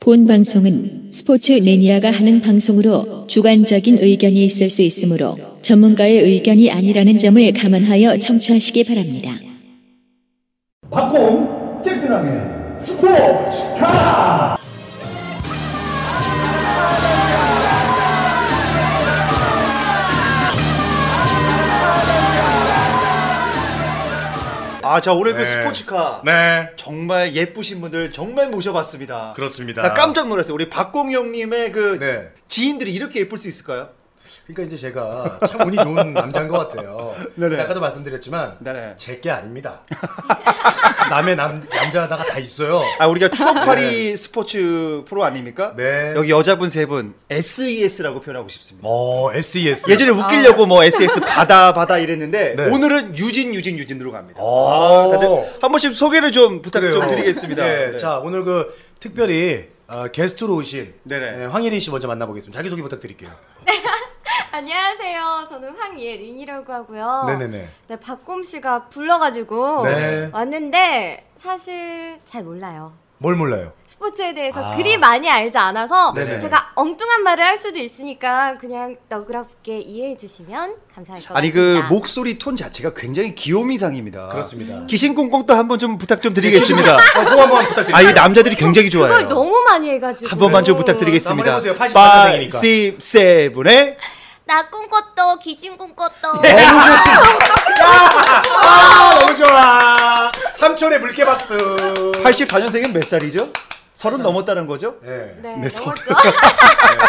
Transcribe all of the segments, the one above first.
본 방송은 스포츠 매니아가 하는 방송으로 주관적인 의견이 있을 수 있으므로 전문가의 의견이 아니라는 점을 감안하여 청취하시기 바랍니다. 박공 잭슨왕의 스포츠카 아, 자, 올해 그 네. 스포츠카. 네. 정말 예쁘신 분들 정말 모셔봤습니다. 그렇습니다. 나 깜짝 놀랐어요. 우리 박공 형님의 그 네. 지인들이 이렇게 예쁠 수 있을까요? 그러니까 이제 제가 참 운이 좋은 남자인 것 같아요. 네네. 아까도 말씀드렸지만 네네. 제게 아닙니다. 남의 남 남자다가 다 있어요. 아, 우리가 추억팔이 스포츠 프로 아닙니까? 네. 여기 여자분 세 분, SES라고 표현하고 싶습니다. 어 SES. 예전에 웃기려고 아. 뭐 SES 바다 바다 이랬는데 네. 오늘은 유진 유진 유진으로 갑니다. 아, 어. 다들 한 번씩 소개를 좀 부탁 그래요. 좀 드리겠습니다. 네, 네. 자 오늘 그 특별히 어, 게스트로 오신 네네. 네, 황예린 씨 먼저 만나보겠습니다. 자기 소개 부탁드릴게요. 안녕하세요. 저는 황예린이라고 하고요. 네네네. 네, 박곰 씨가 불러가지고 네. 왔는데 사실 잘 몰라요. 뭘 몰라요? 스포츠에 대해서 아. 그리 많이 알지 않아서 네네. 제가 엉뚱한 말을 할 수도 있으니까 그냥 너그럽게 이해해 주시면 감사할 것 아니 그 같습니다. 목소리 톤 자체가 굉장히 귀요미상입니다. 그렇습니다. 기신공공도 한번 좀 부탁 좀 드리겠습니다. 어, 보안 보안 부탁드립니다. 아, 이 남자들이 굉장히 좋아요. 그걸 너무 많이 해가지고 한 번만 좀 한번 부탁드리겠습니다. 해보세요. 88 5, 년생이니까. 6, 7에 나 꿈꿨도 기진 꿈꿨도 네. 아, 너무 좋아. 삼촌의 물개 박수. 84년생은 몇 살이죠? 서른 넘었다는 거죠? 네. 네, 내 너무 소리. 좋아.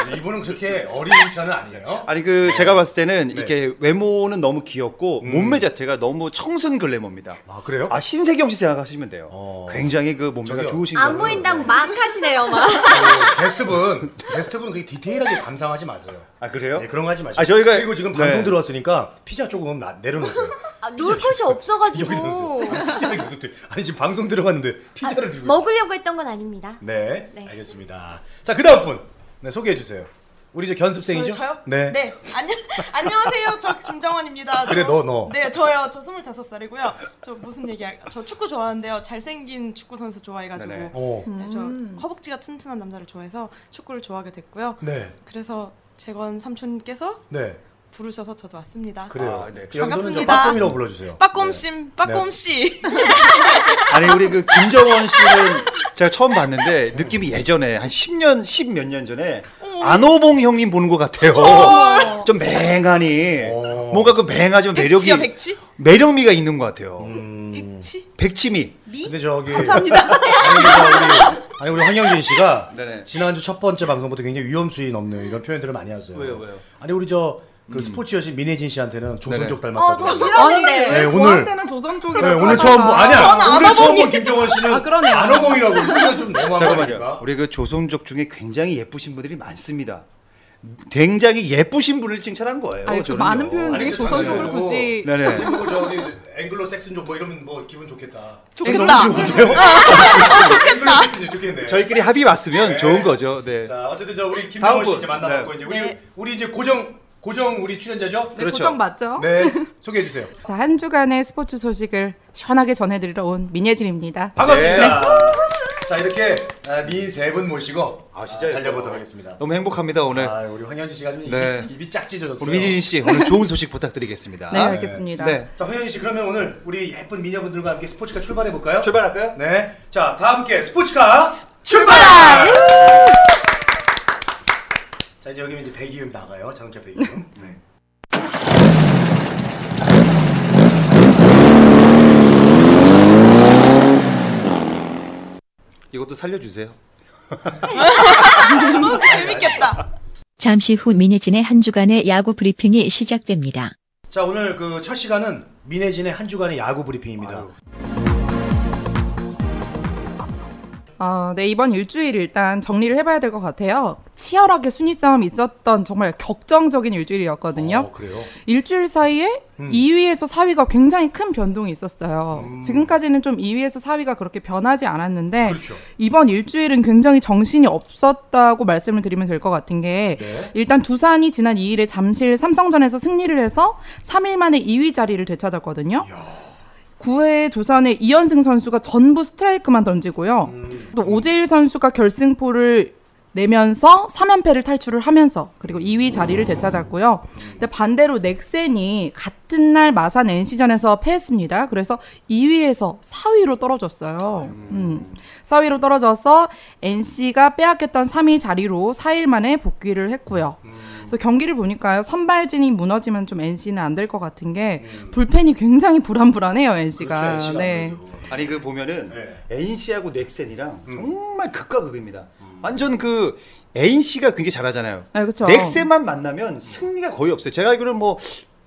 네, 이분은 그렇게 어린 편은 아니에요. 아니 그 제가 봤을 때는 이렇게 외모는 너무 귀엽고 몸매 자체가 너무 청순 글래머입니다. 아 그래요? 음. 아 신세경 씨 생각하시면 돼요. 어. 굉장히 그 몸매가 저기요. 좋으신 거예요. 안 보인다고 막 하시네요, 막. 그 게스트분 게스트분 그렇게 디테일하게 감상하지 마세요. 아 그래요? 네, 그런 거 하지 마시고. 아, 저희가- 그리고 지금 네. 방송 들어왔으니까 피자 조금 나, 내려놓으세요. 아, 놀 곳이 여기 네, 없어가지고 놓으세요. 아니, 피자를 계속 들. 아니 지금 방송 들어갔는데 피자를 들고. 아, 먹으려고 했던 건 아닙니다. 네, 네. 알겠습니다. 자 그다음 분, 네 소개해 주세요. 우리 저 견습생이죠? 저요? 네. 아, 안녕 안녕하세요. 저 김정원입니다. 저- 그래, 너, 너. 네 저요. 저 스물다섯 살이고요. 저 무슨 얘기 할까? 저 축구 좋아하는데요. 잘생긴 축구 선수 좋아해가지고. 네네. 어, 네, 음. 저 허벅지가 튼튼한 남자를 좋아해서 축구를 좋아하게 됐고요. 네, 그래서 재건 삼촌께서 네, 부르셔서 저도 왔습니다. 그래요. 아, 네. 여기서는 저 반갑습니다. 빠꼼이라고 불러주세요. 빠꼼 네. 씨, 빠꼼 네. 씨. 아니 우리 그 김정원 씨는 제가 처음 봤는데 느낌이 예전에 한 10년 10 몇 년 전에 어. 안호봉 형님 보는 것 같아요. 좀 맹하니 어. 뭔가 그 맹하지만 매력이 백치요, 백치? 매력미가 있는 것 같아요. 음. 백치? 백치미. 미? 근데 저기 감사합니다. 아니, 우리, 아니 우리 황영진 씨가 네네. 지난주 첫 번째 방송부터 굉장히 위험 수위 넘는 이런 표현들을 많이 하세요. 왜요, 음. 왜요? 아니 우리 저 그 스포츠 여신 민혜진 씨한테는 조선족 어, 저 닮았다고. 들었는데. 네, 오늘 아, 저한테는 조선 쪽이라고 네, 오늘 하다가 처음 보 아니야 오늘 안어봉이- 처음 본 김정원 씨는 아, 그러네요. 안어봉이라고 이거 좀 너무한 잠깐만요. 거니까. 우리 그 조선족 중에 굉장히 예쁘신 분들이 많습니다. 굉장히 예쁘신 분을 칭찬한 거예요. 아니, 그 어, 저는요. 많은 표현 중에 아니, 조선 쪽을 그렇죠. 굳이 네네. 지금 저기 앵글로색슨족 뭐 이러면 뭐 기분 좋겠다. 좋겠다. 앵글로색슨족 좋겠네. 저희끼리 합의 맞으면 좋은 거죠. 네. 자 어쨌든 저 우리 김정원 다음 분. 씨 이제 만나봤고 네. 이제 우리 네. 우리 이제 고정 고정 우리 출연자죠? 네, 그렇죠. 고정 맞죠? 네 소개해 주세요. 자, 한 주간의 스포츠 소식을 시원하게 전해드리러 온 민예진입니다. 반갑습니다. 네. 자 이렇게 아, 미인 세 분 모시고 아, 진짜 아, 예뻐요. 달려보도록 하겠습니다. 너무 행복합니다 오늘. 아 우리 황현진 씨가 좀 네. 입이, 입이 짝 찢어졌어요. 우리 민진 씨 오늘 좋은 소식 부탁드리겠습니다. 네, 알겠습니다. 네. 자 황현진 씨 그러면 오늘 우리 예쁜 미녀분들과 함께 스포츠카 출발해 볼까요? 출발할까요? 네. 자 다 함께 스포츠카 출발! 네. 자 이제 여기면 이제 배기음 나가요. 자동차 배기음. 네. 이것도 살려주세요. 재밌겠다. 잠시 후 민혜진의 한 주간의 야구 브리핑이 시작됩니다. 자 오늘 그 첫 시간은 민혜진의 한 주간의 야구 브리핑입니다. 어, 네, 이번 일주일 일단 정리를 해봐야 될 것 같아요. 치열하게 순위 싸움이 있었던 정말 격정적인 일주일이었거든요. 어, 그래요? 일주일 사이에 음. 2위에서 4위가 굉장히 큰 변동이 있었어요. 지금까지는 좀 2위에서 4위가 그렇게 변하지 않았는데 그렇죠. 이번 일주일은 굉장히 정신이 없었다고 말씀을 드리면 될 것 같은 게 일단 두산이 지난 2일에 잠실 삼성전에서 승리를 해서 3일 만에 2위 자리를 되찾았거든요. 9회 두산의 이현승 선수가 전부 스트라이크만 던지고요. 음. 또 오재일 선수가 결승포를 내면서 3연패를 탈출을 하면서 그리고 2위 자리를 되찾았고요. 근데 반대로 넥센이 같은 날 마산 NC전에서 패했습니다. 그래서 2위에서 4위로 떨어졌어요. 음. 4위로 떨어져서 NC가 빼앗겼던 3위 자리로 4일 만에 복귀를 했고요. 음. 그래서 경기를 보니까요. 선발진이 무너지면 좀 NC는 안 될 것 같은 게 불펜이 굉장히 불안불안해요, NC가. 음. 네. 그렇죠, NC가 아무래도. 아니 그 보면은 네. 음. NC하고 넥센이랑 정말 극과 극입니다. 완전 그 NC가 굉장히 잘하잖아요. 네, 그렇죠. 넥센만 만나면 승리가 거의 없어요. 제가 알기로는 뭐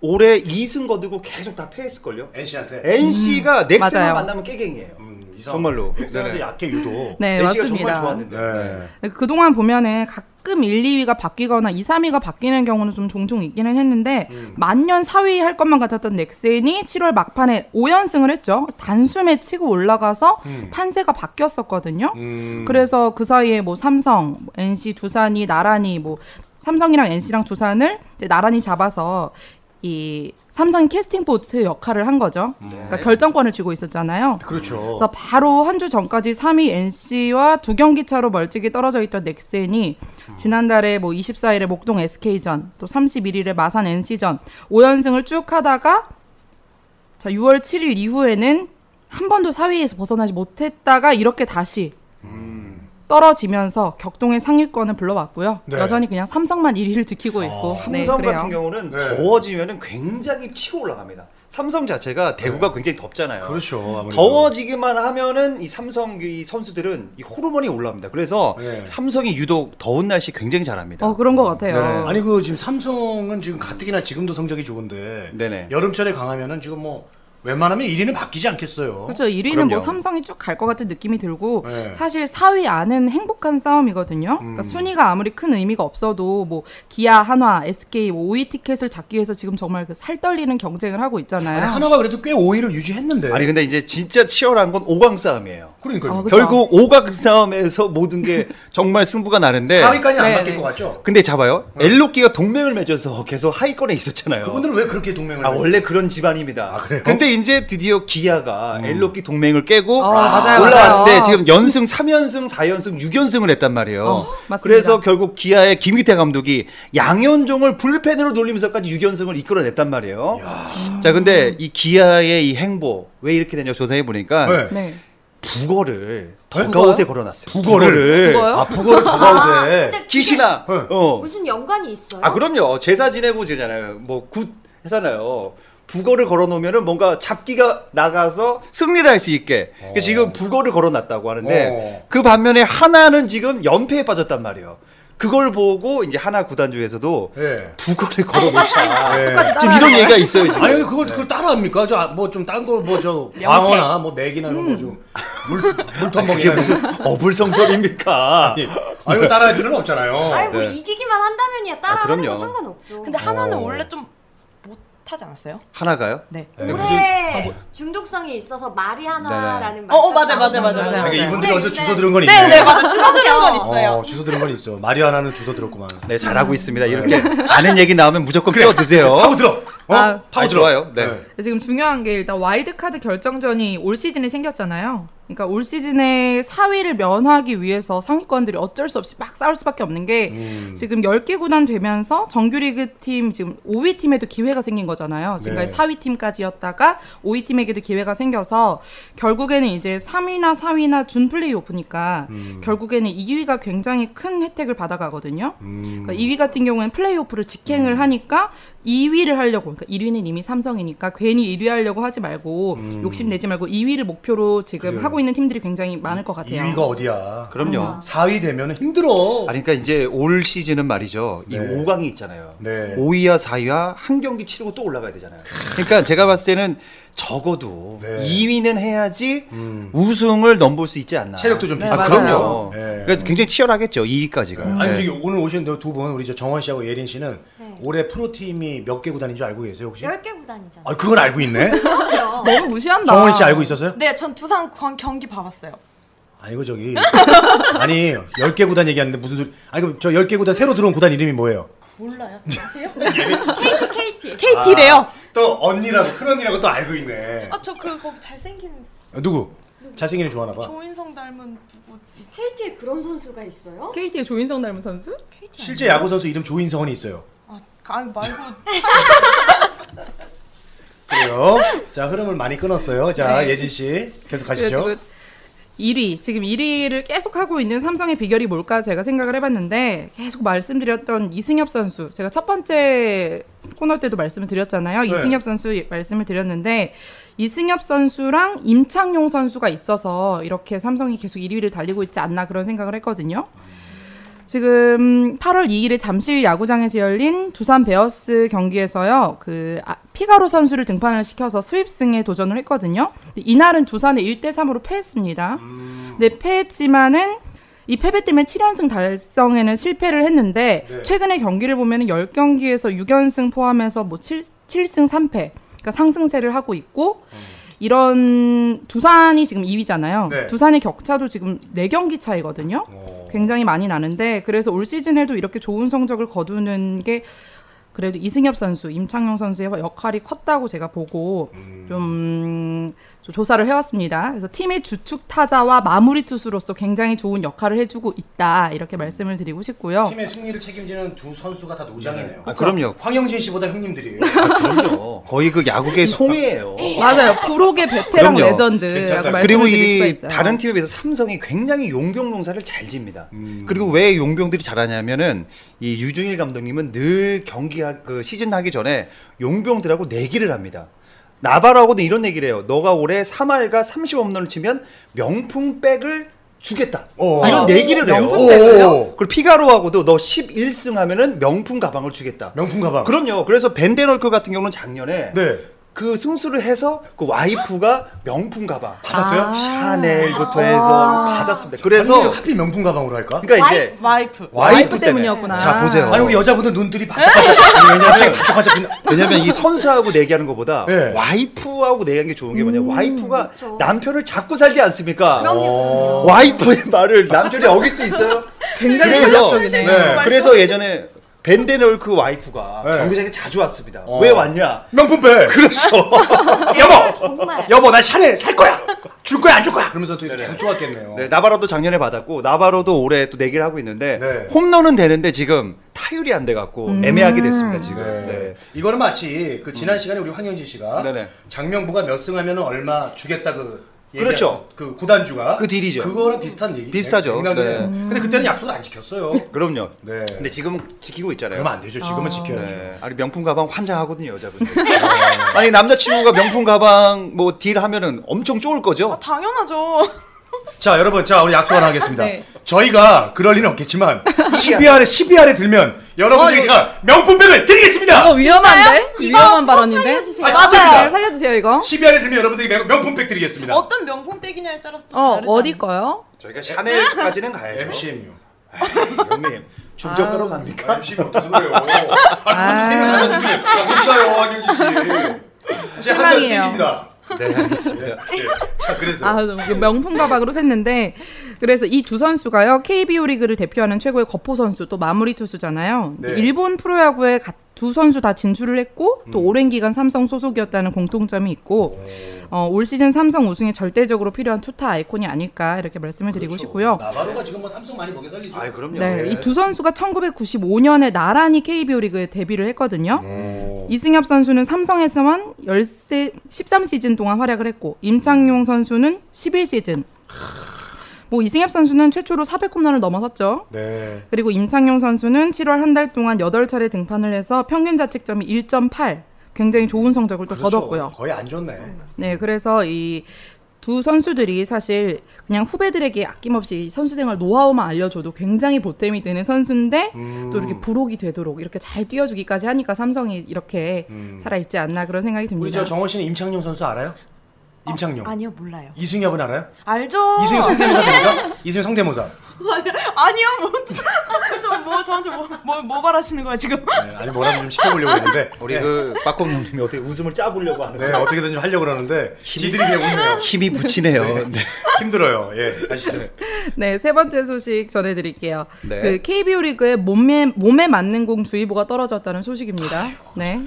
올해 2승 거두고 계속 다 패했을걸요. NC한테. NC가 넥센만 음, 맞아요. 만나면 깨갱이에요. 음, 이상. 정말로. 넥센한테 네네. 약해 유도. 네, NC가 정말 맞습니다. 좋았는데. 네. 그동안 보면은 가끔 1, 2위가 바뀌거나 2, 3위가 바뀌는 경우는 좀 종종 있기는 했는데 만년 4위 할 것만 같았던 넥센이 7월 막판에 5연승을 했죠. 단숨에 치고 올라가서 판세가 바뀌었었거든요. 음. 그래서 그 사이에 뭐 삼성, 뭐 NC, 두산이 나란히 뭐 삼성이랑 NC랑 두산을 이제 나란히 잡아서 이 삼성이 캐스팅 보트 역할을 한 거죠. 그러니까 결정권을 쥐고 있었잖아요. 그렇죠. 그래서 바로 한 주 전까지 3위 NC와 두 경기 차로 멀찍이 떨어져 있던 넥센이 지난달에 뭐 24일에 목동 SK전, 또 31일에 마산 NC전 5연승을 쭉 하다가 자 6월 7일 이후에는 한 번도 4위에서 벗어나지 못했다가 이렇게 다시 음. 떨어지면서 격동의 상위권을 불러왔고요. 네. 여전히 그냥 삼성만 1위를 지키고 있고. 네, 어, 삼성 그래요. 같은 경우는 네. 더워지면은 굉장히 치고 올라갑니다. 삼성 자체가 대구가 굉장히 덥잖아요. 네. 그렇죠. 아무래도. 더워지기만 하면은 이 삼성 이 선수들은 이 호르몬이 올라옵니다. 그래서 네. 삼성이 유독 더운 날씨 굉장히 잘합니다. 어 그런 것 같아요. 네. 아니 그 지금 삼성은 지금 가뜩이나 지금도 성적이 좋은데 네네. 여름철에 강하면은 지금 뭐 웬만하면 1위는 바뀌지 않겠어요. 그렇죠. 1위는 그럼요. 뭐 삼성이 쭉 갈 것 같은 느낌이 들고 네. 사실 4위 안은 행복한 싸움이거든요. 그러니까 순위가 아무리 큰 의미가 없어도 뭐 기아, 한화, SK 5위 티켓을 잡기 위해서 지금 정말 그 살떨리는 경쟁을 하고 있잖아요. 아니, 하나가 그래도 꽤 5위를 유지했는데. 아니 근데 이제 진짜 치열한 건 5강 싸움이에요. 그러니까요. 아, 그쵸. 결국 5강 싸움에서 모든 게 정말 승부가 나는데 4위까지는 안 네, 바뀔 네. 것 같죠? 근데 잡아요. 엘로끼가 동맹을 맺어서 계속 하위권에 있었잖아요. 어. 그분들은 왜 그렇게 동맹을 네. 아 맺- 원래 아, 그런 집안입니다. 근데 이제 드디어 기아가 엘로끼 동맹을 깨고 어, 맞아요, 올라왔는데 맞아요. 지금 연승 3연승 4연승 6연승을 했단 말이에요. 어, 맞습니다. 그래서 결국 기아의 김기태 감독이 양현종을 불펜으로 돌리면서까지 6연승을 이끌어냈단 말이에요. 음. 자 근데 이 기아의 이 행보 왜 이렇게 되냐 조사해 보니까 네. 네. 네? 북어를 더가웃에 걸어놨어요. 북어를 북어요? 아 북어를 더 아, 가우세. 근데 그게 기신아. 네. 어. 무슨 연관이 있어요? 아 그럼요 제사 지내고 지잖아요 뭐 굿 하잖아요 북어를 걸어놓으면은 뭔가 잡기가 나가서 승리를 할 수 있게 그래서 지금 북어를 걸어놨다고 하는데 어. 그 반면에 하나는 지금 연패에 빠졌단 말이에요 그걸 보고 이제 하나 구단주에서도 예. 아, 북어를 걸어놓자 예. 지금 이런 얘기가 있어요 지금 아니 근데 그걸 그걸 따라합니까? 저 뭐 좀 딴 거 뭐저 광어나 뭐 맥이나 이런 거좀물 물통 먹이 이게 무슨 어불성설입니까 아니 이거 따라할 필요는 없잖아요. 아니 뭐 네. 이기기만 아, 한다면이야 따라하는 그럼요. 거 상관없죠. 근데 하나는 어. 원래 좀 못하지 않았어요? 하나가요? 네. 아, 올해 뭐 중독성이 있어서 말이 네, 하나라는 어, 말. 어, 맞아, 맞아, 맞아, 맞아. 그러니까 네. 이분들이 네, 어디서 네. 주워 들은 건 있네. 네, 네, 맞아. 줄어드는 건 있어요. 어, 주워 들은 건 있어. 마리아나는 주워 들었구만. 네 잘하고 있습니다 이렇게 아는 얘기 나오면 무조건 끼워드세요 파고 들어. 어? 아. 파고 아니, 들어. 좋아요. 네. 지금 중요한 게 일단 와일드카드 결정전이 올 시즌에 생겼잖아요. 그러니까 올 시즌에 4위를 면하기 위해서 상위권들이 어쩔 수 없이 막 싸울 수밖에 없는 게 음. 지금 10개 구단 되면서 정규리그 팀 지금 5위 팀에도 기회가 생긴 거잖아요. 지금까지 네. 4위 팀까지였다가 5위 팀에게도 기회가 생겨서 결국에는 이제 3위나 4위나 준 플레이오프니까 음. 결국에는 2위가 굉장히 큰 혜택을 받아가거든요. 음. 그러니까 2위 같은 경우에는 플레이오프를 직행을 하니까 2위를 하려고 그러니까 1위는 이미 삼성이니까 괜히 1위 하려고 하지 말고 욕심내지 말고 2위를 목표로 지금 음. 그래요. 하고 있는 팀들이 굉장히 많을 것 같아요. 2위가 어디야? 그럼요 4위 되면 힘들어. 아니 그러니까 이제 올 시즌은 말이죠. 이 네. 5강이 있잖아요. 네. 5위와 4위와 한 경기 치르고 또 올라가야 되잖아요. 그러니까 제가 봤을 때는 적어도 네. 2위는 해야지 음. 우승을 넘볼 수 있지 않나. 체력도 좀 아, 필요하죠. 그럼요. 네. 음. 그러니까 굉장히 치열하겠죠. 2위까지가. 네. 아니 저기 오늘 오신 두 분 우리 저 정원 씨하고 예린 씨는 네. 올해 프로 팀이 몇 개 구단인 줄 알고 계세요 혹시? 10개 구단이잖아. 아 뭐? 그건 알고 있네. 그럼요. 너무 무시한다. 정원 아. 씨 알고 있었어요? 네, 전 두산 관- 경기 봐봤어요. 아니고 저기 아니 10개 구단 얘기하는데 무슨 소리 아니 그럼 저 10개 구단 새로 들어온 구단 이름이 뭐예요? 몰라요. 아세요? KT. KT래요. 또 언니라고 큰 언니라고 또 알고 있네. 아 저 그거 잘생긴 아, 누구? 잘생긴 애 좋아하나 봐. 조인성 닮은 누구 있- KT에 그런 선수가 있어요? KT의 조인성 닮은 선수? KT 실제 야구 선수 이름 조인성이 있어요. 아, 아 말고 그래요. 자 흐름을 많이 끊었어요. 자 네. 예진 씨 계속 가시죠. 그- 1위 지금 1위를 계속 하고 있는 삼성의 비결이 뭘까 제가 생각을 해봤는데 계속 말씀드렸던 이승엽 선수 제가 첫 번째 코너 때도 말씀을 드렸잖아요 이승엽 선수 예- 말씀을 드렸는데 이승엽 선수랑 임창용 선수가 있어서 이렇게 삼성이 계속 1위를 달리고 있지 않나 그런 생각을 했거든요. 지금 8월 2일에 잠실 야구장에서 열린 두산 베어스 경기에서요. 그 아- 피가로 선수를 등판을 시켜서 스윕승에 도전을 했거든요. 근데 이날은 두산에 1대 3으로 패했습니다. 근데 네, 패했지만은 이 패배 때문에 7연승 달성에는 실패를 했는데 네. 최근에 경기를 보면 10경기에서 6연승 포함해서 뭐 7, 승 3패. 그러니까 상승세를 하고 있고 이런 두산이 지금 2위잖아요. 네. 두산의 격차도 지금 4경기 차이거든요. 어. 굉장히 많이 나는데 그래서 올 시즌에도 이렇게 좋은 성적을 거두는 게 그래도 이승엽 선수, 임창용 선수의 역할이 컸다고 제가 보고 음. 좀 조사를 해왔습니다. 그래서 팀의 주축 타자와 마무리 투수로서 굉장히 좋은 역할을 해주고 있다 이렇게 말씀을 드리고 싶고요. 어. 팀의 승리를 책임지는 두 선수가 다 노장이네요. 아, 그럼요. 아, 황영진 씨보다 형님들이에요. 그럼요. 거의 그 야구계 아, 송이에요. 맞아요, 부록의 베테랑 그럼요. 레전드라고 말씀을 그리고 드릴 수가 이 있어요. 다른 팀에 비해서 삼성이 굉장히 용병 농사를 잘 집니다. 그리고 왜 용병들이 잘하냐면은 이 유중일 감독님은 늘 경기 하- 그 시즌 하기 전에 용병들하고 내기를 합니다. 나바라고도 이런 얘기를 해요. 너가 올해 3할과 30홈런을 치면 명품 백을 주겠다. 어. 아, 이런 내기를 해요. 아, 어. 명품 백을요? 오. 그리고 피가로하고도 너 11승 하면은 명품 가방을 주겠다. 명품 가방. 그럼요. 그래서 벤데널크 같은 경우는 작년에 네. 그 승수를 해서 그 와이프가 명품 가방 아. 받았어요? 아. 샤넬부터 해서 받았습니다. 그래서 아니, 하필 명품 가방으로 할까? 그러니까 이제 와이프 와이프 때문이었구나. 자 보세요. 아니 우리 여자분들 눈들이 반짝반짝. 아니, 왜냐면 반짝반짝. 빛나- 왜냐면 이 선수하고 내기하는 것보다 네. 와이프하고 내기하는 게 좋은 게 뭐냐. 음, 와이프가 그렇죠. 남편을 잡고 살지 어, 않습니까? 어. 그럼요. 와이프의 말을 남편이 어길 수 있어요? 굉장히 그래서 현실적이네. 네. 그래서 예전에 벤데널크 와이프가 네. 어. 경기장에 자주 왔습니다. 왜 왔냐? 명품 백. 그렇죠. 여보. 정말. 여보 나 샤넬 살 거야. 줄 거야 안 줄 거야. 그러면서 또 이렇게 계속 좋았겠네요. 네, 나바로도 작년에 받았고 나바로도 올해 또 내기를 하고 있는데 네. 홈런은 되는데 지금 타율이 안 돼 갖고 음. 애매하게 됐습니다 지금. 네. 네. 이거는 마치 그 지난 시간에 우리 황영진 씨가 네네. 장명부가 몇 승하면 얼마 주겠다 그 얘기한 그렇죠. 그 구단주가 그 딜이죠. 그거랑 비슷한 얘기 비슷하죠. 네. 근데 그때는 약속을 안 지켰어요. 그럼요. 네. 근데 지금 지키고 있잖아요. 그러면 안 되죠. 지금은 지켜야죠. 네. 아니 명품 가방 환장하거든요 여자분들. 네. 아니 남자친구가 명품 가방 뭐 딜하면은 엄청 쪼을 거죠. 아 당연하죠 자 여러분 자 우리 약속 하나 하겠습니다. 네. 저희가 그럴 리는 없겠지만 12알에 12알에 들면 여러분들에게 어, 이거- 제가 명품백을 드리겠습니다. 이거 어, 위험한데? 이거 위험한 꼭 발언인데? 살려주세요. 아, 진짜 네, 맞아요. 살려주세요 이거. 12알에 들면 여러분들에게 명- 명품백 드리겠습니다. 어떤 명품 백이냐에 따라서 또 어 다르잖아요 어디 거요? 저희가 샤넬까지는 가야죠. MCMU. 형님 중저가로 갑니까? MCMU 무슨 소리예요? 아니 세명 나가는데 없어요 황영진 씨. 제한달 실망이에요. 생깁니다. 네 알겠습니다. 네. 자 그래서 아, 너무 명품 가방으로 샜는데 그래서 이 두 선수가요 KBO 리그를 대표하는 최고의 거포 선수 또 마무리 투수잖아요. 네. 일본 프로야구에 가- 두 선수 다 진출을 했고 또 오랜 기간 삼성 소속이었다는 공통점이 있고 어, 올 시즌 삼성 우승에 절대적으로 필요한 투타 아이콘이 아닐까 이렇게 말씀을 드리고 싶고요. 나바로가 지금 뭐 삼성 많이 먹여 살리죠. 아 그럼요. 네, 이 두 선수가 1995년에 나란히 KBO 리그에 데뷔를 했거든요. 이승엽 선수는 삼성에서만 13, 13시즌 동안 활약을 했고 임창용 선수는 11시즌. 뭐 이승엽 선수는 최초로 400홈런을 넘어섰죠. 네. 그리고 임창용 선수는 7월 한 달 동안 8차례 등판을 해서 평균 자책점이 1.8. 굉장히 좋은 성적을 또 거뒀고요. 그렇죠. 거의 안 좋네. 네, 그래서 이 두 선수들이 사실 그냥 후배들에게 아낌없이 선수 생활 노하우만 알려줘도 굉장히 보탬이 되는 선수인데 또 이렇게 부록이 되도록 이렇게 잘 뛰어주기까지 하니까 삼성이 이렇게 살아있지 않나 그런 생각이 우리 듭니다. 저 정원 씨는 임창용 선수 알아요? 임창용. 아니요 몰라요 이승엽은 알아요? 알죠 이승엽 성대모사 됩니까? 이승엽 성대모사. 아니요, 뭐저뭐 저한테 뭐뭐 뭐 말하시는 거야 지금? 네, 아니 뭐라도 좀 시켜보려고 했는데 우리 네. 그 빠꼼 형님이 어떻게 웃음을 짜보려고 하는 네 거예요? 어떻게든 좀 하려고 그러는데 지들이 그냥 웃네요. 힘이 붙이네요. 네. 힘들어요. 예 아시죠? 네, 세 번째 소식 전해드릴게요. 네. 그 KBO 리그에 몸에 몸에 맞는 공 주의보가 떨어졌다는 소식입니다. 네.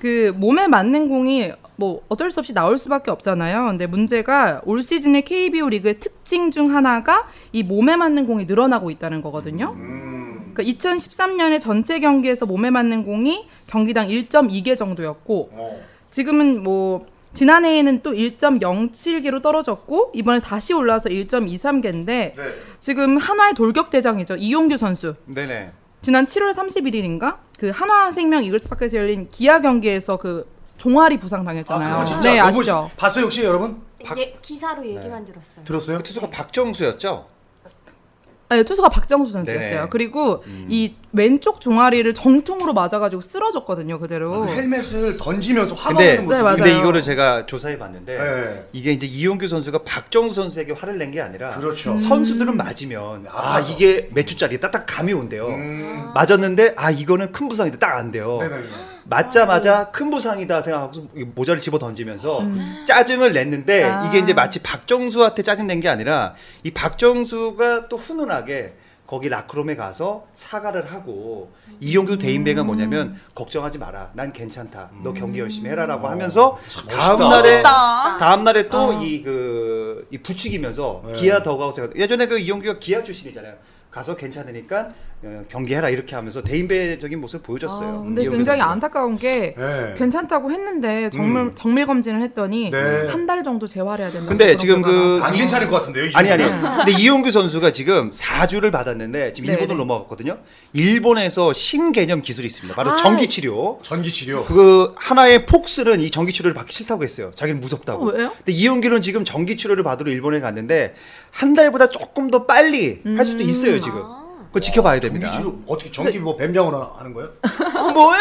그 몸에 맞는 공이 뭐 어쩔 수 없이 나올 수밖에 없잖아요. 근데 문제가 올 시즌에 KBO 리그의 특징 중 하나가 이 몸에 맞는 공이 늘어나고 있다는 거거든요. 그러니까 2013년에 전체 경기에서 몸에 맞는 공이 경기당 1.2개 정도였고 어. 지금은 뭐 지난해에는 또 1.07개로 떨어졌고 이번에 다시 올라와서 1.23개인데 네. 지금 한화의 돌격 대장이죠 이용규 선수 네네. 지난 7월 31일인가 그 한화생명 이글스파크에서 열린 기아 경기에서 그 종아리 부상 아 당했잖아요. 그거 진짜 네 너무 아시죠? 시- 봤어요 혹시 여러분? 예, 기사로 네. 얘기만 들었어요. 들었어요? 그 투수가 박정수였죠? 네, 투수가 박정수 선수였어요. 네네. 그리고 이 왼쪽 종아리를 정통으로 맞아가지고 쓰러졌거든요 그대로. 그 헬멧을 던지면서 근데, 화나는 모습. 네, 맞아요. 근데 이거를 제가 조사해 봤는데 네. 이게 이제 이용규 선수가 박정수 선수에게 화를 낸 게 아니라 그렇죠. 음. 선수들은 맞으면 아 아파서. 이게 몇 주짜리 딱딱 감이 온대요. 음. 맞았는데 아 이거는 큰 부상인데 딱 안 돼요. 네네네. 맞자마자 큰 부상이다 생각하고 이 모자를 집어 던지면서 짜증을 냈는데 음. 아. 이게 이제 마치 박정수한테 짜증 낸 게 아니라 이 박정수가 또 훈훈하게 거기 라크롬에 가서 사과를 하고 음. 이용규 대인배가 뭐냐면 걱정하지 마라 난 괜찮다 너 경기 열심히 해라라고 하면서 음. 어, 멋있다. 다음 날에 멋있다. 다음 날에 또 어. 이 그 이 부추기면서 네. 기아 더가웃에 가 예전에 그 이용규가 기아 출신이잖아요 가서 괜찮으니까 어, 경기해라 이렇게 하면서 대인배적인 모습을 보여줬어요. 아, 근데 이용규 굉장히 선수가. 안타까운 게 네. 괜찮다고 했는데 정밀 음. 정밀 검진을 했더니 네. 한 달 정도 재활해야 된다. 근데 지금 그 안 괜찮을 것 같은데요? 이 아니 아니. 정도면? 근데 이용규 선수가 지금 4주를 받았는데 지금 네, 일본으로 네. 넘어갔거든요. 일본에서 신개념 기술이 있습니다. 아. 바로 전기 치료. 전기 치료. 그 하나의 폭스는 이 전기 치료를 받기 싫다고 했어요. 자기는 무섭다고. 어, 왜요? 근데 이용규는 지금 전기 치료를 받으러 일본에 갔는데 한 달보다 조금 더 빨리 할 수도 음. 있어요, 지금. 아. 그거 지켜봐야 됩니다. 전기 치료 어떻게 전기 뭐 뱀장어나 하는 거예요? 아, 뭐요?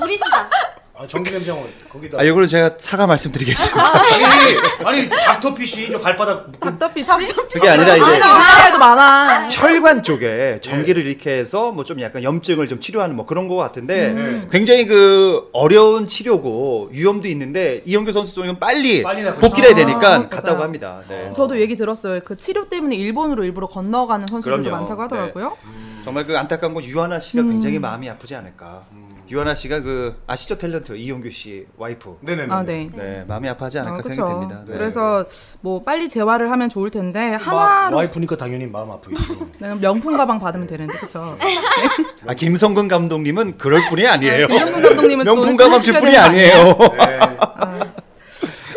무리수다. 아 전기 뱀장어 거기다. 아, 이거는 제가 사과 아. 말씀드리겠습니다. 아니, 아니 닥터피쉬 저 발바닥 묶은 닥터피 씨. 닥터피 그게 아니라 이제 도 많아. 혈관 쪽에 전기를 이렇게 해서 뭐 좀 약간 염증을 좀 치료하는 뭐 그런 거 같은데 네. 음. 굉장히 그 어려운 치료고 위험도 있는데 이영규 선수 쪽은 빨리 빨리 낫고 복귀를 해야 싶다. 되니까 아, 맞아요. 갔다고 합니다. 네. 저도 얘기 들었어요. 그 치료 때문에 일본으로 일부러 건너가는 선수들도 그럼요. 많다고 하더라고요. 네. 정말 그 안타까운 건 유하나 씨가 굉장히 마음이 아프지 않을까. 유하나 씨가 그 아시죠 탤런트 이영규 씨 와이프. 네네네. 아, 네. 네, 마음이 아파하지 않을까 아, 생각이 그렇죠. 듭니다. 네. 그래서 뭐 빨리 재활을 하면 좋을 뭐, 텐데 마, 하나로 뭐 와이프니까 당연히 마음 아프겠지. 그냥 명품 가방 받으면 되는데 그렇죠. 아, 김성근 감독님은 그럴 분이 아니에요. 김성근 감독님은 또 명품 가방 줄 해주셔야 분이 되는 거 아니에요.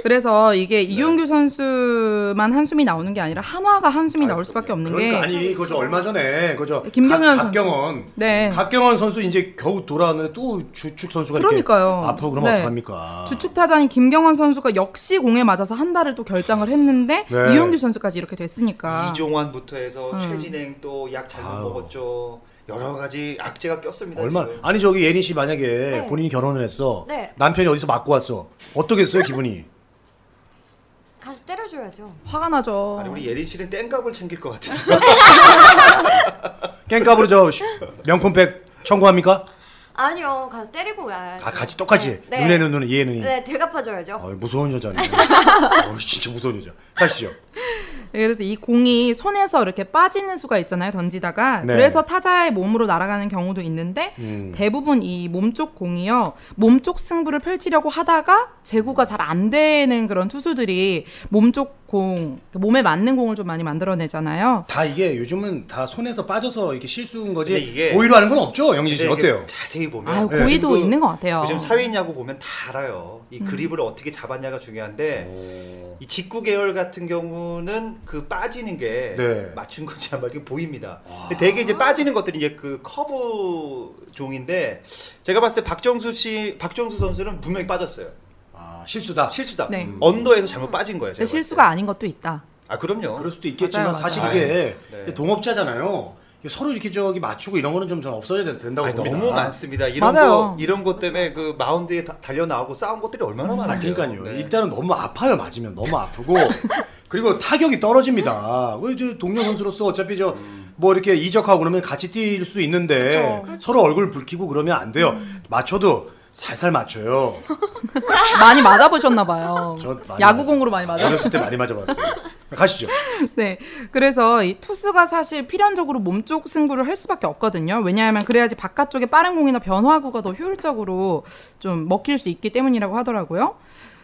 그래서 네. 이게 이용규 선수만 한숨이 나오는 게 아니라 한화가 한숨이 나올 수밖에 없는 그러니까 게 아니 그저 얼마 전에 그저 김병현 가- 선수. 박경원 네. 박경원 선수 이제 겨우 돌아왔는데 또 주축 선수가 그러니까요. 이렇게 아프고 그러면 네. 어떡합니까? 주축 타자인 김경원 선수가 역시 공에 맞아서 한 달을 또 결장을 했는데 네. 이용규 선수까지 이렇게 됐으니까 이종환부터 해서 아. 음. 최진행 또 약 잘못 아유. 먹었죠. 여러 가지 악재가 꼈습니다. 얼마 지금. 아니 저기 예린 씨 만약에 네. 본인이 결혼을 했어. 네. 남편이 어디서 맞고 왔어. 어떻겠어요 기분이? 가서 때려줘야죠. 화가 나죠. 아니 우리 예린 씨는 땡각을 챙길 것 같은데. 깽값으로 저 시- 명품백 청구합니까? 아니요, 가서 때리고 와야죠. 아 같이 똑같이 눈에는 눈에 얘는 이. 네, 되갚아줘야죠. 어, 무서운 여자네. 어, 진짜 무서운 여자. 가시죠. 예, 그래서 이 공이 손에서 이렇게 빠지는 수가 있잖아요 던지다가 네. 그래서 타자의 몸으로 날아가는 경우도 있는데 음. 대부분 이 몸쪽 공이요 몸쪽 승부를 펼치려고 하다가 제구가 잘 안 되는 그런 투수들이 몸쪽 공그 몸에 맞는 공을 좀 많이 만들어내잖아요 다 이게 요즘은 다 손에서 빠져서 이렇게 실수인 거지. 근데 이게- 고의로 하는 건 없죠, 영지 씨. 근데 어때요? 이게 그 자세히 보면 아유 네. 고의도 그리고 있는 것 같아요 음. 요즘 사회인 야구 보면 다 알아요. 이 그립을 어떻게 잡았냐가 중요한데 네. 이 직구 계열 같은 경우는 그 빠지는 게 네. 아. 맞춘 건지 안 맞게 보입니다. 근데 되게 이제 빠지는 것들이 이제 그 커브 종인데 제가 봤을 때 박정수 씨, 박정수 선수는 분명히 빠졌어요. 아, 실수다. 실수다. 네. 음. 언더에서 잘못 빠진 거예요. 제가 근데 봤을 실수가 때. 아닌 것도 있다 아 그럼요. 그럴 수도 있겠지만 맞아요, 사실 맞아요. 이게 아유, 네. 동업자잖아요. 이게 서로 이렇게 저기 맞추고 이런 거는 좀 전 없어져야 된- 된다고 아니, 봅니다. 너무 많습니다. 이런 맞아요. 거 이런 것 때문에 그 마운드에 다- 달려 나오고 싸운 것들이 얼마나 아, 많아요. 그러니까요. 네. 일단은 너무 아파요, 맞으면. 너무 아프고. 그리고 타격이 떨어집니다. 왜저 동료 선수로서 어차피 저 뭐 이렇게 이적하고 그러면 같이 뛸 수 있는데 서로 얼굴 붉히고 그러면 안 돼요. 맞춰도 살살 맞춰요. 많이 맞아보셨나봐요. 저 많이 야구공으로 많이 맞아. 어렸을 때 많이 맞아봤어요. 가시죠. 네. 그래서 이 투수가 사실 필연적으로 몸쪽 승부를 할 수밖에 없거든요. 왜냐하면 그래야지 바깥쪽에 빠른 공이나 변화구가 더 효율적으로 좀 먹힐 수 있기 때문이라고 하더라고요.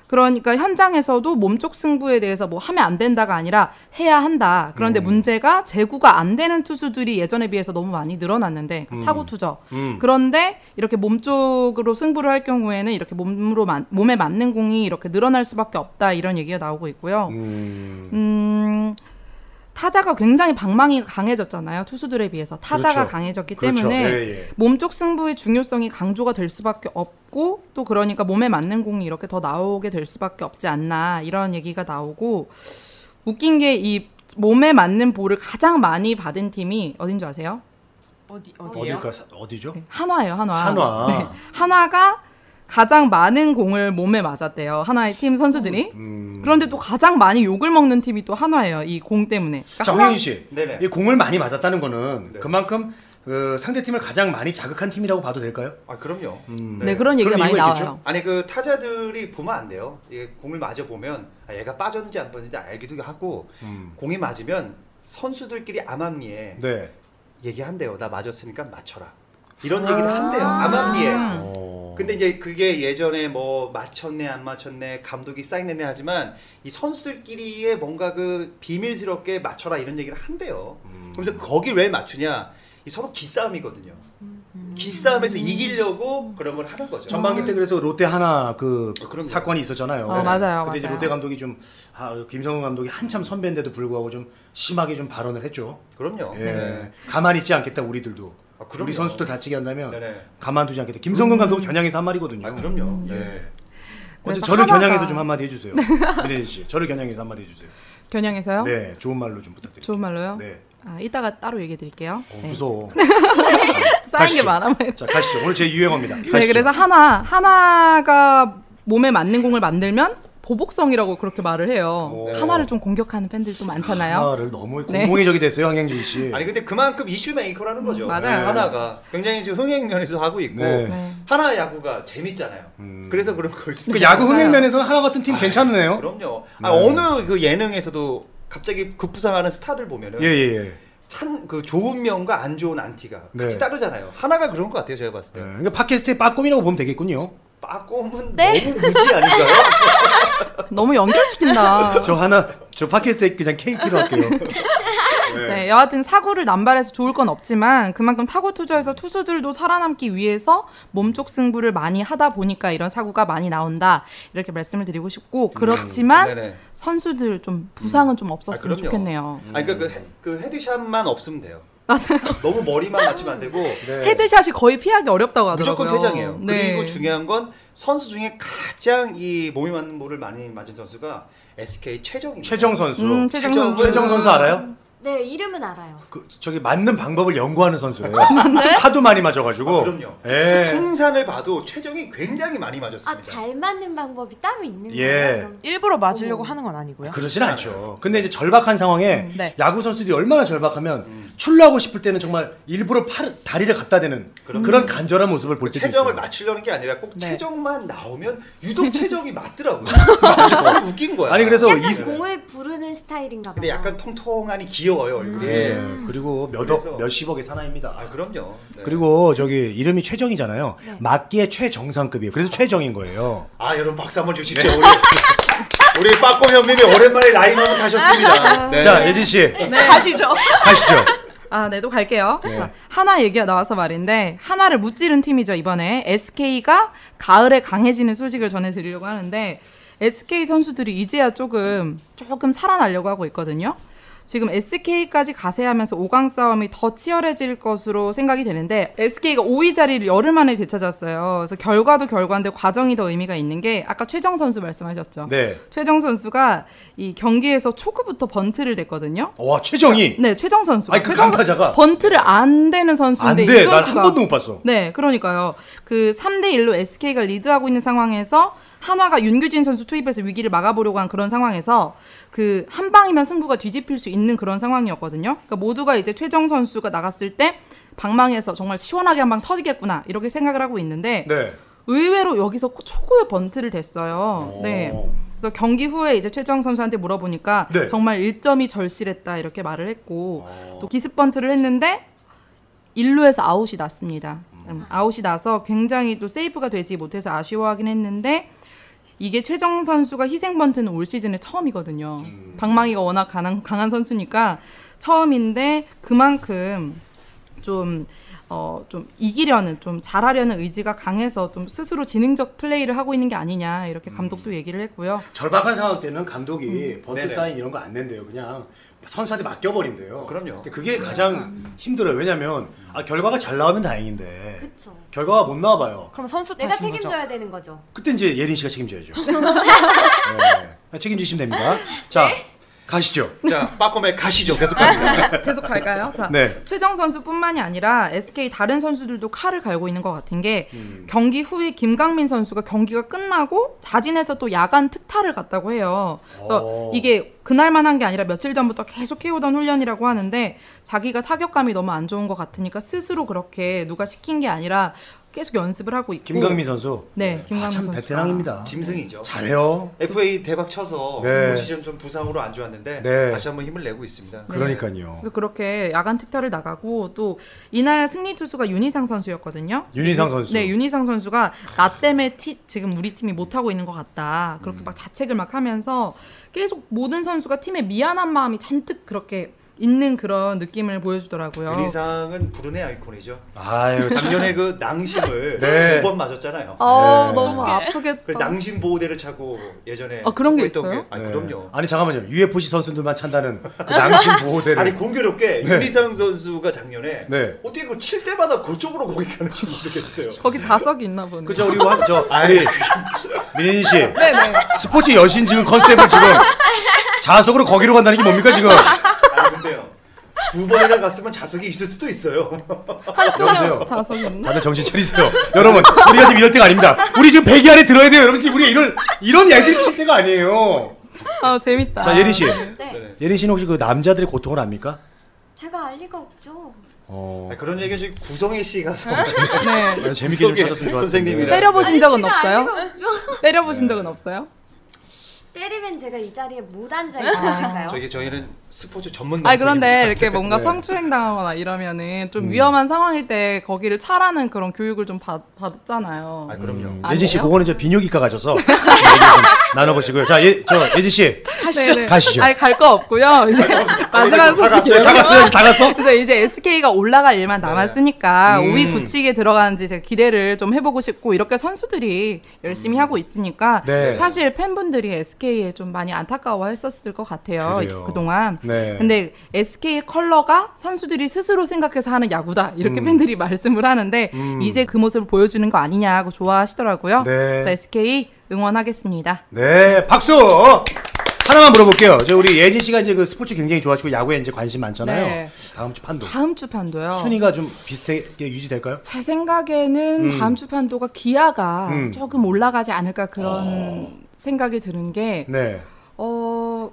그러니까 현장에서도 몸쪽 승부에 대해서 뭐 하면 안 된다가 아니라 해야 한다. 그런데 음. 문제가 재구가 안 되는 투수들이 예전에 비해서 너무 많이 늘어났는데 그러니까 타구 투죠. 음. 그런데 이렇게 몸쪽으로 승부를 할 경우에는 이렇게 몸으로 만- 몸에 맞는 공이 이렇게 늘어날 수밖에 없다 이런 얘기가 나오고 있고요. 음, 음, 타자가 굉장히 방망이가 강해졌잖아요. 투수들에 비해서 타자가 그렇죠. 강해졌기 그렇죠. 때문에 예, 예. 몸쪽 승부의 중요성이 강조가 될 수밖에 없고 또 그러니까 몸에 맞는 공이 이렇게 더 나오게 될 수밖에 없지 않나 이런 얘기가 나오고 웃긴 게 이 몸에 맞는 볼을 가장 많이 받은 팀이 어딘 줄 아세요? 어디 어디요? 어딜까 사- 어디죠? 네. 한화예요, 한화. 한화. 네. 한화가 가장 많은 공을 몸에 맞았대요. 한화의 팀 선수들이. 음. 그런데 또 가장 많이 욕을 먹는 팀이 또 한화예요. 이 공 때문에. 그러니까 정현희 씨, 네네. 네. 이 공을 많이 맞았다는 거는 그만큼 그 상대 팀을 가장 많이 자극한 팀이라고 봐도 될까요? 아 그럼요. 음. 네, 그런 얘기가 그럼 많이 이유가 있겠죠? 나와요. 아니 그 타자들이 보면 안 돼요. 이게 공을 맞아 보면 아, 얘가 빠졌는지 안 빠졌는지 알기도 하고 음. 공이 맞으면 선수들끼리 암암리에 네. 얘기한대요. 나 맞았으니까 맞춰라. 이런 얘기를 아. 한대요. 음, 암암리에. 어. 근데 이제 그게 예전에 뭐 맞췄네 안 맞췄네 감독이 사인했네 하지만 이 선수들끼리의 뭔가 그 비밀스럽게 맞춰라 이런 얘기를 한대요. 음. 그래서 거기 왜 맞추냐? 이 서로 기싸움이거든요. 음. 기싸움에서 이기려고 그런 걸 하는 거죠. 전반기 때 그래서 롯데 하나 그 어, 그럼요. 사건이 있었잖아요. 어, 맞아요, 근데 이제 맞아요. 롯데 감독이 좀 아, 김성훈 감독이 한참 선배인데도 불구하고 좀 심하게 좀 발언을 했죠. 그럼요. 네. 예. 가만히 있지 않겠다 우리들도. 아, 어, 그럼요. 우리 선수들 다치게 한다면 네네. 가만두지 않겠다. 음. 김성근 감독 겨냥해서 한 말이거든요. 아 그럼요. 예. 예. 먼저 그래서 저를 하나가- 겨냥해서 좀 한마디 해주세요. 민혜진 씨, 저를 겨냥해서 한마디 해주세요. 겨냥해서요? 네, 좋은 말로 좀 부탁드립니다. 좋은 말로요? 네. 아, 이따가 따로 얘기해 드릴게요. 네, 어, 무서워. 쌓인 게 가시죠. 많아. 자, 가시죠. 오늘 제 유행어입니다. 가시죠. 네, 그래서 한화, 한화가 몸에 맞는 공을 만들면 보복성이라고 그렇게 말을 해요. 오. 한화를 좀 공격하는 팬들도 많잖아요. 하나를 너무 네. 공공의적이 됐어요, 황영진 씨. 아니 근데 그만큼 이슈 메이커라는 거죠. 음, 맞아요. 네. 하나가 굉장히 지금 흥행 면에서 하고 있고 네. 네. 하나 야구가 재밌잖아요. 그래서 그런 걸 수도 그 야구 흥행 맞아요. 면에서 하나 같은 팀 어? 괜찮네요. 그럼요. 아 어느 그 예능에서도 갑자기 급부상하는 스타들 보면은 예, 예, 예. 참 그 좋은 면과 안 좋은 안티가 같이 네. 따르잖아요. 하나가 그런 것 같아요. 제가 봤을 때. 네, 그러니까 팟캐스트의 빠꼼이라고 보면 되겠군요. 빠꼼은 네. 너무 무지 아닌가요? 너무 연결시킨다. 저 하나, 저 팟캐스트에 그냥 KT로 할게요. 네, 여하튼 사고를 남발해서 좋을 건 없지만 그만큼 타고 투자에서 투수들도 살아남기 위해서 몸쪽 승부를 많이 하다 보니까 이런 사고가 많이 나온다 이렇게 말씀을 드리고 싶고 그렇지만 음, 네네. 선수들 좀 부상은 좀 없었으면 아, 그럼요. 좋겠네요. 아니 그러니까 그, 헤- 그 헤드샷만 없으면 돼요. 맞아요. 너무 머리만 맞추면 안 되고 네. 헤드샷이 거의 피하기 어렵다고 하더라고요. 네. 무조건 퇴장이에요. 네. 그리고 중요한 건 선수 중에 가장 이 몸이 맞는 볼을 많이 맞은 선수가 SK 최정입니다. 최정 선수. 음, 최정 최정, 선수. 최정 선수 알아요? 네, 이름은 알아요. 그, 저기 맞는 방법을 연구하는 선수예요. 네? 하도 많이 맞아가지고. 아, 그럼요. 예. 통산을 봐도 최정이 굉장히 많이 맞았습니다. 아, 잘 맞는 방법이 따로 있는 예. 거예요? 그럼? 일부러 맞으려고 하는 건 아니고요. 그러진 않죠. 근데 이제 절박한 상황에 음, 네. 야구 선수들이 얼마나 절박하면 출루하고 싶을 때는 정말 일부러 팔, 다리를 갖다 대는 그런, 간절한 모습을 볼 때도 최정을 있어요. 맞추려는 게 아니라 꼭 네. 최정만 나오면 유독 최정이 맞더라고요. 맞아. 웃긴 거야. 아니 그래서 약간 이 공을 부르는 스타일인가 봐요. 근데 약간 통통하니 귀여워요 얼굴이. 예, 그리고 그래서- 몇억 몇십억의 사나입니다. 아 그럼요. 네. 그리고 저기 이름이 최정이잖아요. 맞기에 최정상급이에요. 그래서 최정인 거예요. 아 여러분 박수 한번 주십시오. 네. 우리 우리 빠꼬 현민이 오랜만에 라인 한번 타셨습니다. 네. 자, 예진 씨 가시죠. 가시죠. 아, 네, 또 갈게요. 자, 한화 얘기가 나와서 말인데 한화를 무찌른 팀이죠 이번에 SK가 가을에 강해지는 소식을 전해드리려고 하는데 SK 선수들이 이제야 조금 조금 살아나려고 하고 있거든요. 지금 SK까지 가세하면서 5강 싸움이 더 치열해질 것으로 생각이 되는데 SK가 5위 자리를 열흘 만에 되찾았어요. 그래서 결과도 결과인데 과정이 더 의미가 있는 게 아까 최정 선수 말씀하셨죠. 네. 최정 선수가 이 경기에서 초구부터 번트를 냈거든요. 와, 최정이 네, 최정 선수. 아니, 그 최정 선- 강타자가- 번트를 안 되는 선수인데 안 이 돼. 난 선수가- 한 번도 못 봤어. 네, 그러니까요. 그 3대 1로 SK가 리드하고 있는 상황에서 한화가 윤규진 선수 투입해서 위기를 막아보려고 한 그런 상황에서 그 한 방이면 승부가 뒤집힐 수 있는 그런 상황이었거든요. 그러니까 모두가 이제 최정 선수가 나갔을 때 방망에서 정말 시원하게 한 방 터지겠구나 이렇게 생각을 하고 있는데 네. 의외로 여기서 초구의 번트를 댔어요. 네. 어. 그래서 경기 후에 이제 최정 선수한테 물어보니까 네. 정말 1점이 절실했다 이렇게 말을 했고 또 기습 번트를 했는데 1루에서 아웃이 났습니다. 음, 아웃이 나서 굉장히 또 세이프가 되지 못해서 아쉬워하긴 했는데 이게 최정 선수가 희생 번트는 올 시즌에 처음이거든요. 방망이가 워낙 강한, 강한 선수니까 처음인데 그만큼 좀 어, 좀 이기려는, 좀 잘하려는 의지가 강해서 좀 스스로 지능적 플레이를 하고 있는 게 아니냐, 이렇게 감독도 얘기를 했고요. 절박한 상황 때는 감독이 버트 네네. 사인 이런 거 안 낸대요. 그냥 선수한테 맡겨버린대요. 네. 그럼요. 근데 그게 가장 힘들어요. 왜냐면 아, 결과가 잘 나오면 다행인데 그쵸. 결과가 못 나와봐요. 그럼 선수 내가 탓인 거죠? 책임져야 되는 거죠. 그때 이제 예린 씨가 책임져야죠. 네. 책임지시면 됩니다. 자 가시죠. 자, 빠꼼에 가시죠. 계속 가시죠. 계속 갈까요? 자, 네. 최정 선수뿐만이 아니라 SK 다른 선수들도 칼을 갈고 있는 것 같은 게 음. 경기 후에 김강민 선수가 경기가 끝나고 자진해서 또 야간 특타를 갔다고 해요. 그래서 오. 이게 그날만 한 게 아니라 며칠 전부터 계속 해오던 훈련이라고 하는데 자기가 타격감이 너무 안 좋은 것 같으니까 스스로 그렇게 누가 시킨 게 아니라 계속 연습을 하고 있고 김강민 선수. 네, 김강민 아, 참 선수가. 네. 베테랑입니다. 짐승이죠. 잘해요. FA 대박 쳐서 네. 올 시즌 좀 부상으로 안 좋았는데 네. 다시 한번 힘을 내고 있습니다. 그러니까요. 그래서 그렇게 야간 특타를 나가고 또 이날 승리 투수가 윤희상 선수였거든요. 윤희상 선수. 네, 윤희상 선수가 나 때문에 티- 지금 우리 팀이 못 하고 있는 것 같다. 그렇게 음. 막 자책을 막 하면서 계속 모든 선수가 팀에 미안한 마음이 잔뜩 그렇게 있는 그런 느낌을 보여주더라고요. 유리상은 불운의 그 아이콘이죠. 아유 참. 작년에 그 낭심을 네. 두 번 맞았잖아요. 아, 네. 너무 아프겠다. 그 낭심 보호대를 차고 예전에 어. 아, 그런 게 했던 있어요? 아 네. 그럼요. 아니 잠깐만요. UFC 선수들만 찬다는 그 낭심 보호대를. 아니 공교롭게 유리상 선수가 작년에 네. 어떻게 그 칠 때마다 그쪽으로 공격하는지 모르겠어요. 거기 자석이 있나 보네. 그죠 우리 한- 저 아니 민희 씨 네네. 스포츠 여신 지금 컨셉을 지금 자석으로 거기로 간다는 게 뭡니까 지금? 아 근데요. 두 번이나 갔으면 자석이 있을 수도 있어요. 한쪽에 여보세요? 자석이 있나? 다들 정신 차리세요. 여러분, 우리가 지금 이럴 때가 아닙니다. 우리 지금 100위 안에 들어야 돼요. 여러분, 지금 우리 이런, 이런 얘기를 칠 때가 아니에요. 아, 재밌다. 자, 예린 씨. 네. 네. 예린 씨는 혹시 그 남자들의 고통을 압니까? 제가 알 리가 뭐 없죠. 어. 아, 그런 얘기 지금 구성애 씨가 네. 아, 재밌게 좀 구성애 찾았으면 좋았을 텐데. 선생님이랑. 때려보신 아니, 적은 제가 알 없어요? 리가 없죠. 네. 때려보신 적은 없어요? 때리면 제가 이 자리에 못 앉아 있을까요? 저희 저희는 스포츠 전문 아니 그런데 방송입니다. 이렇게 뭔가 네. 음. 성추행 당하거나 이러면은 좀 위험한 상황일 때 거기를 차라는 그런 교육을 좀 받, 받잖아요. 아 그럼요. 예진 씨, 아니에요? 그거는 저 비뇨기과 가셔서 얘기 좀 나눠보시고요. 자, 예, 저 예진 씨. 가시죠. 가시죠. 네, 아니 갈 거 없고요. 이제 다 마지막 갔어요? 소식이에요. 다 갔어요? 다 갔어? 그래서 이제 SK가 올라갈 일만 남았으니까 음. 5위 굳히게 들어가는지 제가 기대를 좀 해보고 싶고 이렇게 선수들이 열심히 하고 있으니까 음. 네. 사실 팬분들이 SK에 좀 많이 안타까워했었을 것 같아요. 그래요. 그동안. 네. 근데 SK 컬러가 선수들이 스스로 생각해서 하는 야구다 이렇게 음. 팬들이 말씀을 하는데 이제 그 모습을 보여주는 거 아니냐고 좋아하시더라고요. 네. 그래서 SK 응원하겠습니다. 네, 박수! 하나만 물어볼게요. 저 우리 예진 씨가 이제 그 스포츠 굉장히 좋아하시고 야구에 이제 관심 많잖아요. 네. 아. 다음 주 판도. 다음 주 판도요. 순위가 좀 비슷하게 유지될까요? 제 생각에는 다음 주 판도가 기아가 음. 조금 올라가지 않을까 그런 어. 생각이 드는 게, 네. 어,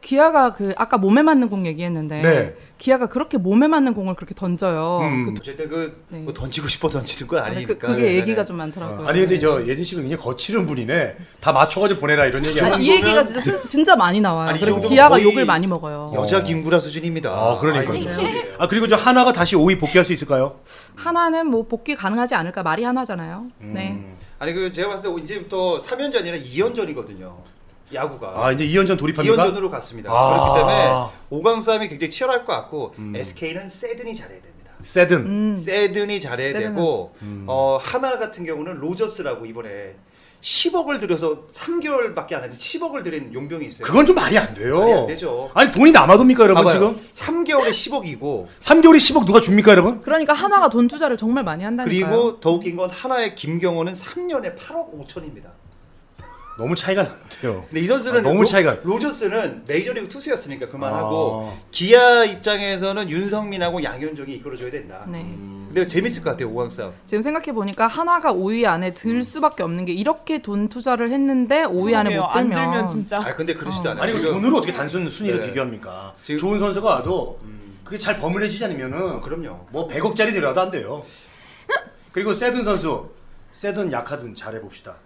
기아가 그, 아까 몸에 맞는 공 얘기했는데, 네. 기아가 그렇게 몸에 맞는 공을 그렇게 던져요. 음. 절대 그, 네. 뭐 던지고 싶어 던지는 건 그, 아니니까. 그러니까 그, 게 네네. 얘기가 어. 좀 많더라고요. 어, 아니 근데 저 예진 씨가 굉장히 거칠은 분이네. 다 맞춰가지고 보내라 이런 얘기. 아니, 아니, 이 얘기가 진짜, 진- 진짜 많이 나와요. 아니, 이 그래서 정도면 기아가 거의 욕을 많이 먹어요. 여자 김구라 수준입니다. 아 그러니까. 아이고, 요아 그리고 저 하나가 다시 5위 복귀할 수 있을까요? 하나는 뭐 복귀 가능하지 않을까 말이 하나잖아요. 음. 음. 네. 아니 그 제가 봤을 때 이제부터 3연전이 아니라 2연전이거든요. 야구가. 아 이제 2연전 돌입합니까? 2연전으로 갔습니다. 아. 음. 그렇기 때문에 5강 싸움이 굉장히 치열할 것 같고 SK는 세든이 잘해야 됩니다. 세든. 음. 세든이 잘해야 되고 음. 어, 하나 같은 경우는 로저스라고 이번에 10억을 들여서 3개월밖에 안 했는데 10억을 들인 용병이 네. 있어요. 그건 좀 말이 안 돼요. 말이 안 되죠. 아니 돈이 남아돕니까 여러분 봐봐요. 지금? 3개월에 10억이고 3개월에 10억 누가 줍니까 여러분? 그러니까 하나가 돈 투자를 정말 많이 한다니까요. 그리고 더 웃긴 건 하나의 김경호는 3년에 8억 5천입니다. 너무 차이가 나는데요. 근데 이 선수는 아, 너무 차이가- 로, 저스는 메이저리그 투수였으니까 그만하고 아. 기아 입장에서는 윤성민하고 양현종이 이끌어줘야 된다. 네. 근데 재밌을 것 같아요 오강 싸움. 지금 생각해 보니까 한화가 5위 안에 들 수밖에 없는 게 이렇게 돈 투자를 했는데 5위 안에 음. 못 그러게요. 안 들면, 들면 진짜 아 근데 그러지도 않아요. 아니 그 지금- 돈으로 어떻게 단순 순위를 네. 비교합니까? 지금- 음. 좋은 선수가 와도 그게 잘 버무려지지 않으면은 그럼요. 뭐 100억짜리 들어가도 안 돼요. 그리고 세든 선수 세든 약하든 잘해 봅시다.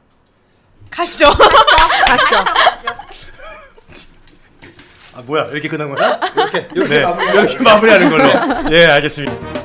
가시죠. 가시죠. 가시죠. 아 뭐야 이렇게 네, 끝난 거야? 이렇게 이렇게 네 마무리. 이렇게 마무리하는 걸로. 예 알겠습니다.